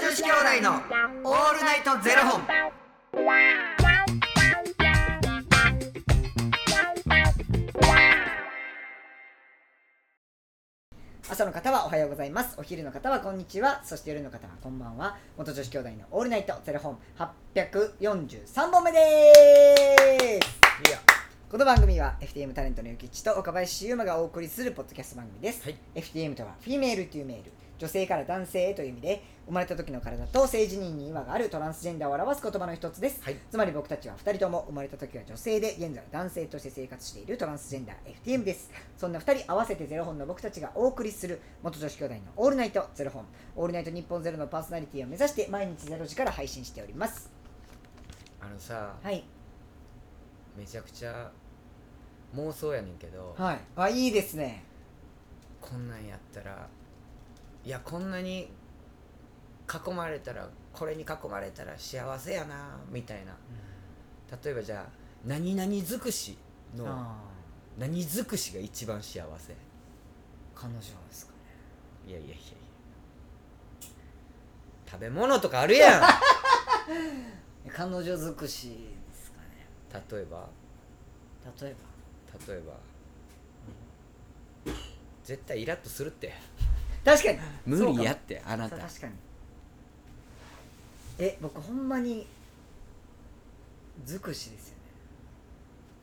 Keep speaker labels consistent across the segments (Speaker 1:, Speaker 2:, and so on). Speaker 1: 子兄弟のオールナイトゼロ本。
Speaker 2: 朝の方はおはようございますお昼の方はこんにちはそして夜の方はこんばんは元女子兄弟のオールナイトゼロ本843本目です
Speaker 1: いや
Speaker 2: この番組は FTM タレントのゆきちと岡林優馬がお送りするポッドキャスト番組です、
Speaker 1: はい
Speaker 2: FTM とはフィメールというメール女性から男性へという意味で生まれた時の体と性自認に違和があるトランスジェンダーを表す言葉の一つです、
Speaker 1: はい
Speaker 2: つまり僕たちは2人とも生まれた時は女性で現在は男性として生活しているトランスジェンダー FTM ですそんな2人合わせてゼロ本の僕たちがお送りする元女子兄弟の「オールナイトゼロ本」「オールナイト日本ゼロのパーソナリティを目指して毎日ゼロ時から配信しております
Speaker 1: あのさ、
Speaker 2: はい
Speaker 1: めちゃくちゃ妄想やねんけど、
Speaker 2: はいあいいですね
Speaker 1: こんなんやったらいやこんなに囲まれたらこれに囲まれたら幸せやなみたいな例えばじゃあ何々尽くしの
Speaker 2: あ
Speaker 1: 何尽くしが一番幸せ
Speaker 2: ー彼女ですかね
Speaker 1: いやいやいやいや食べ物とかあ るやん
Speaker 2: 彼女尽くしですかね
Speaker 1: 例えば
Speaker 2: 例え
Speaker 1: 例えば絶対イラッとするって
Speaker 2: ば確かに
Speaker 1: 無理や
Speaker 2: そうかも
Speaker 1: ってあなた
Speaker 2: そう確かにえ僕ほんまに尽くしですよね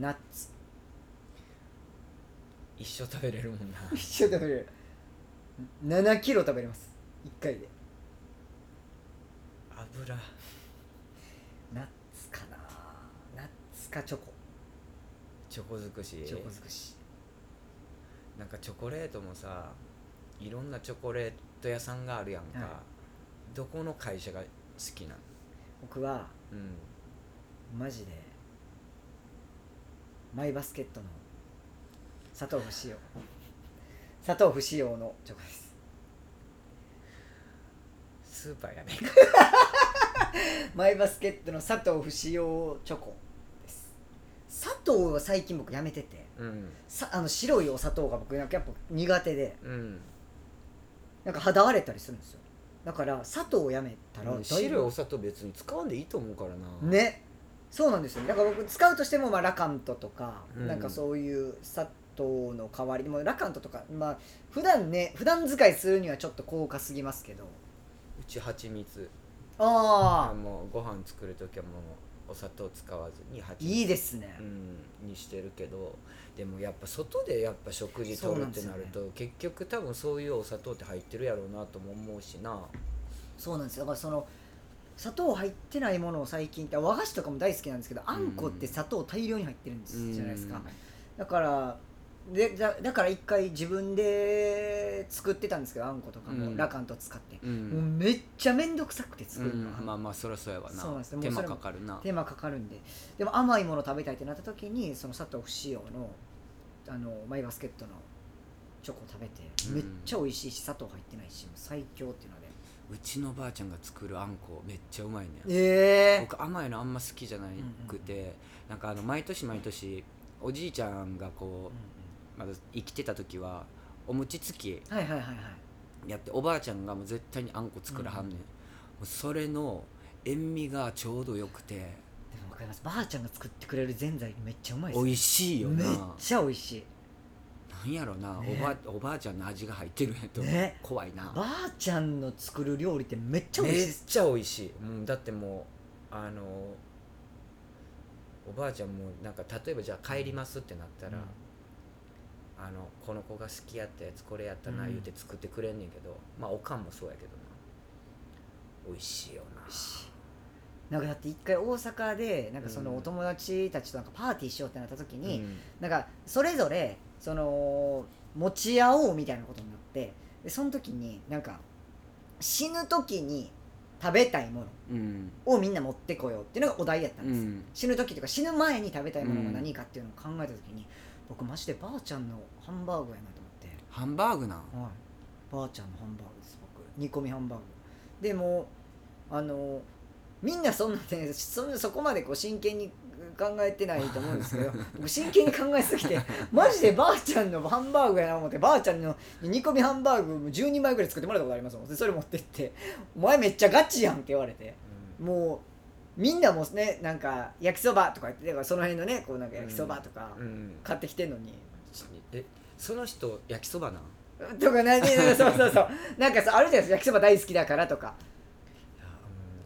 Speaker 2: ナッツ
Speaker 1: 一生食べれるもんな
Speaker 2: 一緒食べれる7キロ食べれます1回で
Speaker 1: 油
Speaker 2: ナッツかなナッツかチョコ
Speaker 1: チョコ尽くし
Speaker 2: チョコ尽くし
Speaker 1: なんかチョコレートもさいろんなチョコレート屋さんがあるやんか、
Speaker 2: は
Speaker 1: どこの会社が好きなん
Speaker 2: 僕は
Speaker 1: うん
Speaker 2: マジでマイバスケットの砂糖不使用砂糖不使用のチョコです
Speaker 1: スーパーやねんか
Speaker 2: マイバスケットの砂糖不使用チョコです砂糖は最近僕やめてて
Speaker 1: うん
Speaker 2: さあの白いお砂糖が僕なんかやっぱ苦手で
Speaker 1: うん
Speaker 2: なんか肌荒れたりするんですよだから砂糖をやめたらだいぶ
Speaker 1: 白いお砂糖別に使わんでいいと思うからな
Speaker 2: ねそうなんですよねだから僕使うとしても、まあ、ラカントとか、
Speaker 1: うん
Speaker 2: なんかそういう砂糖の代わりでもラカントとかまあ普段ね普段使いするにはちょっと高価すぎますけど
Speaker 1: うち蜂蜜あ
Speaker 2: ああ
Speaker 1: もうご飯作る時はもうお砂糖使わずに蜂蜜
Speaker 2: いいですね、
Speaker 1: うん、にしてるけどでもやっぱ外でやっぱ食事とるってなる
Speaker 2: そ
Speaker 1: と、結局多分そういうお砂糖って入ってるやろうなとも思うしな
Speaker 2: そうなんですよだからその砂糖入ってないものを最近って和菓子とかも大好きなんですけどあんこって砂糖大量に入ってるんです、じゃないですか、だからでだだから一回自分で作ってたんですけどあんことかも、
Speaker 1: うん
Speaker 2: ラカント使って、
Speaker 1: うん、
Speaker 2: もうめっちゃ面倒くさくて作るのが、
Speaker 1: うんまあまあそりゃそうやわな
Speaker 2: そうなんですよも
Speaker 1: 手
Speaker 2: うそ
Speaker 1: 間
Speaker 2: れ
Speaker 1: か
Speaker 2: も
Speaker 1: かるな
Speaker 2: 手間かかるんででも甘いもの食べたいってなった時にその砂糖不使用のあのマイバスケットのチョコ食べて
Speaker 1: うん
Speaker 2: めっちゃ美味しいし砂糖入ってないしもう最強っていうので
Speaker 1: うちのばあちゃんが作るあんこめっちゃうまいねん
Speaker 2: え
Speaker 1: 僕甘いのあんま好きじゃなくて、なんかあの毎年毎年おじいちゃんがこ
Speaker 2: ー、
Speaker 1: うまだ生きてた時はお餅つき
Speaker 2: はいはいはいはい
Speaker 1: やっておばあちゃんがもう絶対にあんこ作らはんねん、もうそれの塩味がちょうどよくて
Speaker 2: でも分かりますばあちゃんが作ってくれるぜんざいめっちゃうまいで
Speaker 1: 美
Speaker 2: す
Speaker 1: 味しいよ
Speaker 2: め
Speaker 1: な
Speaker 2: っちゃ美味しい
Speaker 1: なんやろな、
Speaker 2: ね
Speaker 1: おばおばあちゃんの味が入ってるんやと思う、
Speaker 2: ね
Speaker 1: 怖いな
Speaker 2: ばあちゃんの作る料理ってめっちゃ美味しい
Speaker 1: めっ
Speaker 2: です
Speaker 1: ちゃ美味しい、うん、だってもうあのおばあちゃんもなんか例えばじゃあ帰りますってなったら、あのこの子が好きやったやつこれやったな
Speaker 2: うん
Speaker 1: 言うて作ってくれんねんけど、まあおかんもそうやけどな美味しいよな
Speaker 2: なんかだって一回大阪でなんかその
Speaker 1: うん
Speaker 2: お友達たちとなんかパーティーしようってなった時に、
Speaker 1: うん
Speaker 2: なんかそれぞれその持ち合おうみたいなことになってでその時になんか死ぬ時に食べたいもの
Speaker 1: うん
Speaker 2: をみんな持ってこようっていうのがお題やったん
Speaker 1: う
Speaker 2: です、
Speaker 1: ん
Speaker 2: 死ぬ時とか死ぬ前に食べたいものが何かっていうのを考えた時に、僕マジでばあちゃんのハンバーグやなと思って。
Speaker 1: ハンバーグなん
Speaker 2: はい、ばあちゃんのハンバーグです僕煮込みハンバーグでもあのみんなそんなねそそこまでこう真剣に考えてないと思うんですけど僕真剣に考えすぎてマジでばあちゃんのハンバーグやな思ってばあちゃんの煮込みハンバーグも12枚ぐらい作ってもらったことありますもんでそれ持ってって「お前めっちゃガチやん」って言われてもうみんなもねなんか焼きそばとか言ってだからその辺のねこうなんか焼きそばとか
Speaker 1: うんうん
Speaker 2: 買ってきてんのに。
Speaker 1: えその人焼きそばなん
Speaker 2: とかなんでなんかそうそうそうなんかさあるじゃないですか焼きそば大好きだからとか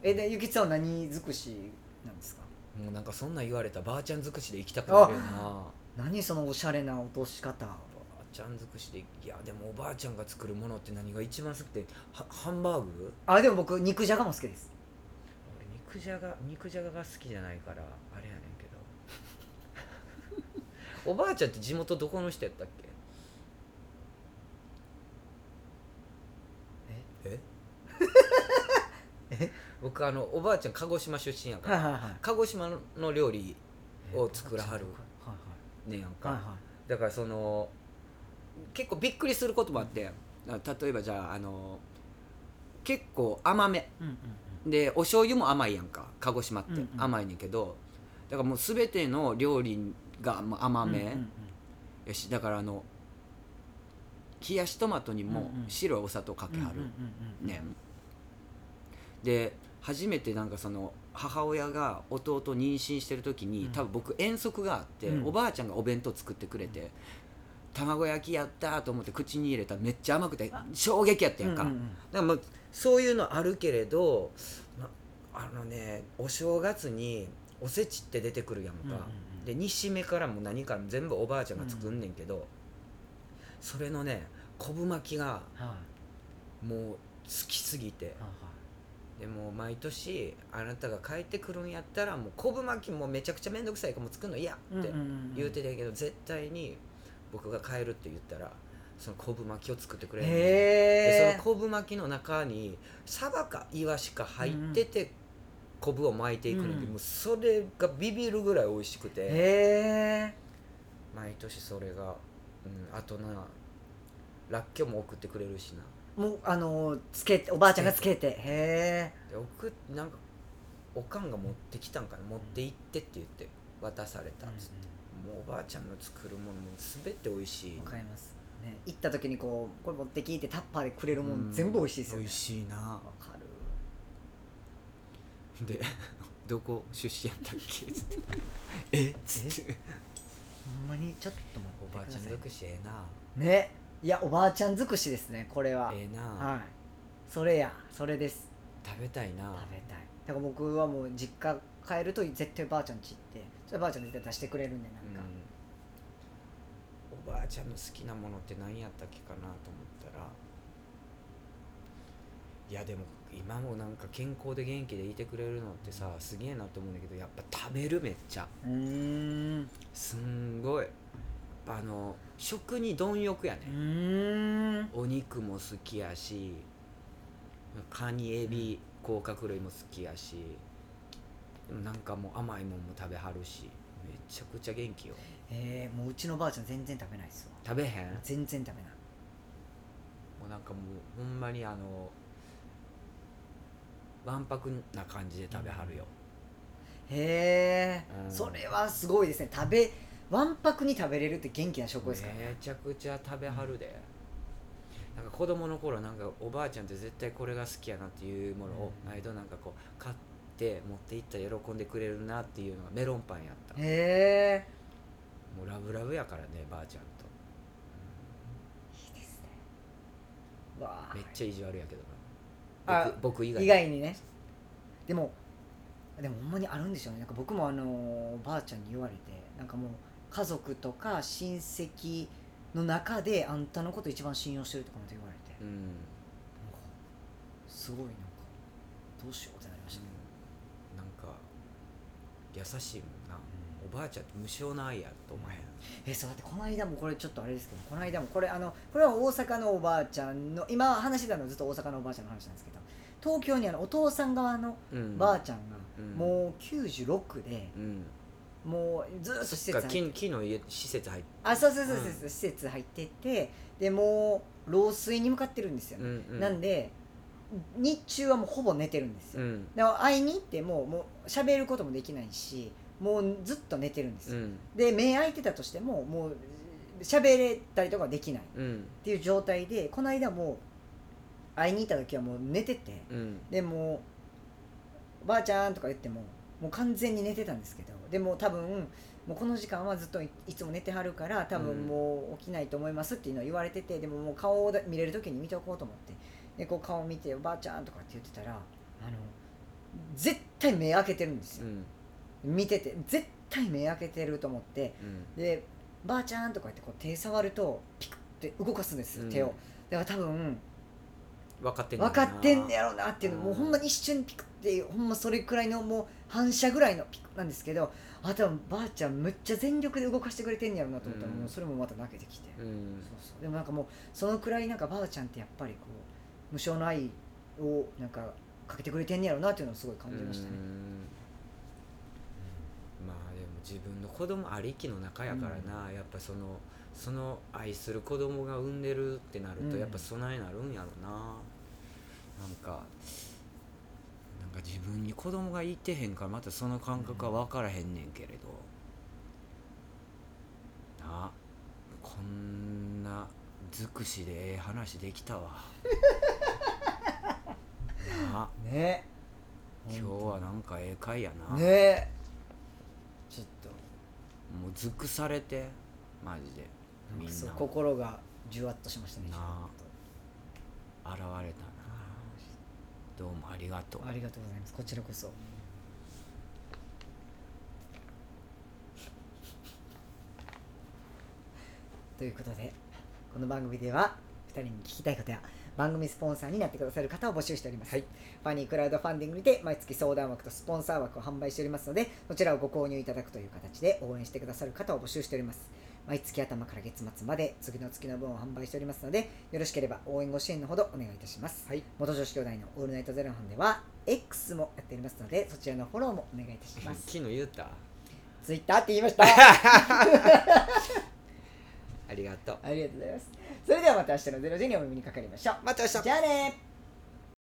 Speaker 2: えでゆきちさんは何尽くしなんですか
Speaker 1: もうなんかそんなん言われたらばあちゃん尽くしで行きたくなるよなば
Speaker 2: 何そのおしゃれな落とし方
Speaker 1: あちゃん尽くしでいやでもおばあちゃんが作るものって何が一番好きってはハンバーグ
Speaker 2: あでも僕肉じゃがも好きです
Speaker 1: 俺肉じゃが肉じゃがが好きじゃないからあれやねんけど おばあちゃんって地元どこの人やったっけええ 僕あのおばあちゃん鹿児島出身やから
Speaker 2: はいはい
Speaker 1: 鹿児島の料理を作らはる
Speaker 2: はい
Speaker 1: ねやんか、
Speaker 2: はいはいは
Speaker 1: だからその結構びっくりすることもあって、あ例えばじゃああの結構甘め
Speaker 2: いうん
Speaker 1: でお醤油も甘いやんか鹿児島って、
Speaker 2: うんうん
Speaker 1: 甘いねんけどだからもう全ての料理がまあ甘
Speaker 2: うんうん
Speaker 1: め
Speaker 2: うんうんうん
Speaker 1: やし、だからあの冷やしトマトにも
Speaker 2: うんうん
Speaker 1: 白いお砂糖かけは
Speaker 2: うん
Speaker 1: る、
Speaker 2: うんうんうん
Speaker 1: ねんで初めてなんかその母親が弟妊娠してる時に、
Speaker 2: うん
Speaker 1: 多分僕遠足があって、
Speaker 2: うん
Speaker 1: おばあちゃんがお弁当作ってくれて、卵焼きやったーと思って口に入れたらめっちゃ甘くて衝撃やったやんか、
Speaker 2: うんうんうん
Speaker 1: だからまあそういうのあるけれどなあのねお正月におせちって出てくるやんか、
Speaker 2: うんうんうん
Speaker 1: で煮しめからも何からも全部おばあちゃんが作んねんけど、それのね昆布巻きが
Speaker 2: はいはい
Speaker 1: もう好きすぎてでもう毎年あなたが帰ってくるんやったらもう昆布巻きもめちゃくちゃ面倒くさいからもう作るの嫌
Speaker 2: うんうん
Speaker 1: って
Speaker 2: うんうん
Speaker 1: 言うてたんやけど絶対に僕が帰るって言ったらその昆布巻きを作ってくれんねんで
Speaker 2: へえ
Speaker 1: その昆布巻きの中にサバかイワシか入ってて、昆布を巻いていくのに、
Speaker 2: うん
Speaker 1: もうそれがビビるぐらい美味しくて
Speaker 2: へえ
Speaker 1: 毎年それが、うん、あとならっきょうも送ってくれるしな
Speaker 2: もうあのつけておばあちゃんがつけてへ
Speaker 1: で送っなんかおかんが持ってきたんかな持って行ってって言って渡されたっつって、
Speaker 2: え
Speaker 1: もうおばあちゃんの作るものも全て美味しい
Speaker 2: わかりますね行った時にこうこれ持ってきてタッパーでくれるもん全部美味しいですよ
Speaker 1: 美
Speaker 2: ね
Speaker 1: 味しいな
Speaker 2: わかる
Speaker 1: で どこ出身やったっけつって えっつって
Speaker 2: ほんまにちょっと待
Speaker 1: おばあ
Speaker 2: ってく
Speaker 1: ちゃ
Speaker 2: ださ
Speaker 1: ん
Speaker 2: い
Speaker 1: 尽くしええな
Speaker 2: ねいやおばあちゃん尽くしですねこれは、
Speaker 1: ええな、
Speaker 2: はいそれやそれです
Speaker 1: 食べたいな
Speaker 2: 食べたいだから僕はもう実家帰ると絶対ばあちゃん家行ってそればあちゃん絶対出してくれるんでなんか、
Speaker 1: うん、おばあちゃんの好きなものって何やったっけかなと思ったらいやでも今もなんか健康で元気でいてくれるのってさすげえなと思うんだけどやっぱ食べるめっちゃ
Speaker 2: うーんう
Speaker 1: すんごいやっぱあの食に貪欲やね、
Speaker 2: ーん
Speaker 1: お肉も好きやしカニエビ甲殻類も好きやしでもなんかもう甘いもんも食べはるしめちゃくちゃ元気よ
Speaker 2: えー、もううちのばあちゃん全然食べないっすわ
Speaker 1: 食べへん
Speaker 2: 全然食べない
Speaker 1: もうなんかもうほんまにあのわんぱくな感じで食べはるよ、
Speaker 2: へえ、
Speaker 1: うん
Speaker 2: それはすごいですね食べわんぱくに食べれるって元気な証拠ですからね
Speaker 1: めちゃくちゃ食べはるで、なんか子供の頃なんかおばあちゃんって絶対これが好きやなっていうものを
Speaker 2: うん
Speaker 1: 毎度なんかこう買って持って行ったら喜んでくれるなっていうのがメロンパンやった
Speaker 2: へえ
Speaker 1: もうラブラブやからねばあちゃんと
Speaker 2: いいですねわ
Speaker 1: めっちゃ意地悪やけど
Speaker 2: あ
Speaker 1: な僕僕以外
Speaker 2: 意外にねでもでもほんまにあるんでしょうねなんか僕もあのーばあちゃんに言われてなんかもう家族とか親戚の中であんたのこと一番信用してるとかまで言われて、
Speaker 1: うん、うん
Speaker 2: なんかすごいなんかどうしようってなりましたね、
Speaker 1: なんか優しいもんなおばあちゃんって無償な愛やと思えへん
Speaker 2: えそうだってこの間もこれちょっとあれですけどこの間もこれあのこれは大阪のおばあちゃんの今話してたのはずっと大阪のおばあちゃんの話なんですけど東京にあのお父さん側の
Speaker 1: うん
Speaker 2: ばあちゃんが
Speaker 1: うん
Speaker 2: もう96で、
Speaker 1: うん
Speaker 2: もうずっと施設
Speaker 1: が
Speaker 2: 入っ
Speaker 1: 木木の家施設入って
Speaker 2: あそうそうそうそう、
Speaker 1: う
Speaker 2: 施
Speaker 1: ん
Speaker 2: 設入っててでもう老衰に向かってるんですよ、
Speaker 1: うんうん
Speaker 2: なんで日中はもうほぼ寝てるんです
Speaker 1: う
Speaker 2: よ、
Speaker 1: ん
Speaker 2: だから会いに行ってももう喋ることもできないしもうずっと寝てるんです
Speaker 1: う
Speaker 2: よ、
Speaker 1: ん
Speaker 2: で目開いてたとしてももう喋れたりとかできないっ
Speaker 1: うん
Speaker 2: ていう状態でこの間もう会いに行った時はもう寝てて
Speaker 1: うん
Speaker 2: でもう「ばあちゃん」とか言ってももう完全に寝てたんですけどでも多分もうこの時間はずっといいつも寝てはるから多
Speaker 1: うん
Speaker 2: 分もう起きないと思いますっていうのを言われててでももう顔を見れる時に見ておこうと思ってでこう顔を見て「ばあちゃん」とかって言ってたらあの絶対目開けてるんです
Speaker 1: う
Speaker 2: よ
Speaker 1: ん
Speaker 2: 見てて絶対目開けてると思って
Speaker 1: うん
Speaker 2: で「ばあちゃん」とか言ってこう手触るとピクって動かすんですよ手
Speaker 1: う
Speaker 2: を
Speaker 1: ん
Speaker 2: だから多分
Speaker 1: 分かってんね
Speaker 2: 分
Speaker 1: んな
Speaker 2: かってんねやろなっていうの
Speaker 1: うん
Speaker 2: もうほんまに一瞬ピクってほんまそれくらいのもう反射ぐらいのピクなんですけどあ多分ばあちゃんむっちゃ全力で動かしてくれてんねやろなと思ったら
Speaker 1: うん
Speaker 2: もうそれもまた泣けてきて、
Speaker 1: うん
Speaker 2: そうそうでもなんかもうそのくらいなんかばあちゃんってやっぱりこう無償の愛をなんかかけてくれてんねやろなっていうのをすごい感じましたね
Speaker 1: う、んまあでも自分の子供ありきの中やからな、やっぱそのその愛する子供が産んでるってなると、
Speaker 2: うん
Speaker 1: やっぱ備えなるんやろななんかなんか自分に子供がいてへんからまたその感覚は分からへんねんけれど、なこんな尽くしでええ話でき たわなあ
Speaker 2: ね
Speaker 1: 今日はなんかええ回やな、
Speaker 2: ねちょっと
Speaker 1: もう尽くされてマジでみん
Speaker 2: なん
Speaker 1: な
Speaker 2: かそう
Speaker 1: 現れ
Speaker 2: 心がじゅわっとしましたね
Speaker 1: なあ
Speaker 2: ちょっと
Speaker 1: たなどうもありがとう
Speaker 2: ありがとうございます。こちらこそ。 ということで、この番組では2人に聞きたいことや番組スポンサーになってくださる方を募集しております。
Speaker 1: はい
Speaker 2: ファニークラウドファンディングにて毎月相談枠とスポンサー枠を販売しておりますので、そちらをご購入いただくという形で応援してくださる方を募集しております。毎月頭から月末まで次の月の分を販売しておりますので、よろしければ応援ご支援のほどお願いいたします。
Speaker 1: はい
Speaker 2: 元女子兄弟のオールナイトゼロ本では X もやっておりますのでそちらのフォローもお願いいたします
Speaker 1: 昨日言うた
Speaker 2: ツイッターって言いま した
Speaker 1: ありがとう
Speaker 2: ありがとうございますそれではまた明日のゼロ時にお耳にかかりましょう
Speaker 1: また明日
Speaker 2: じゃあね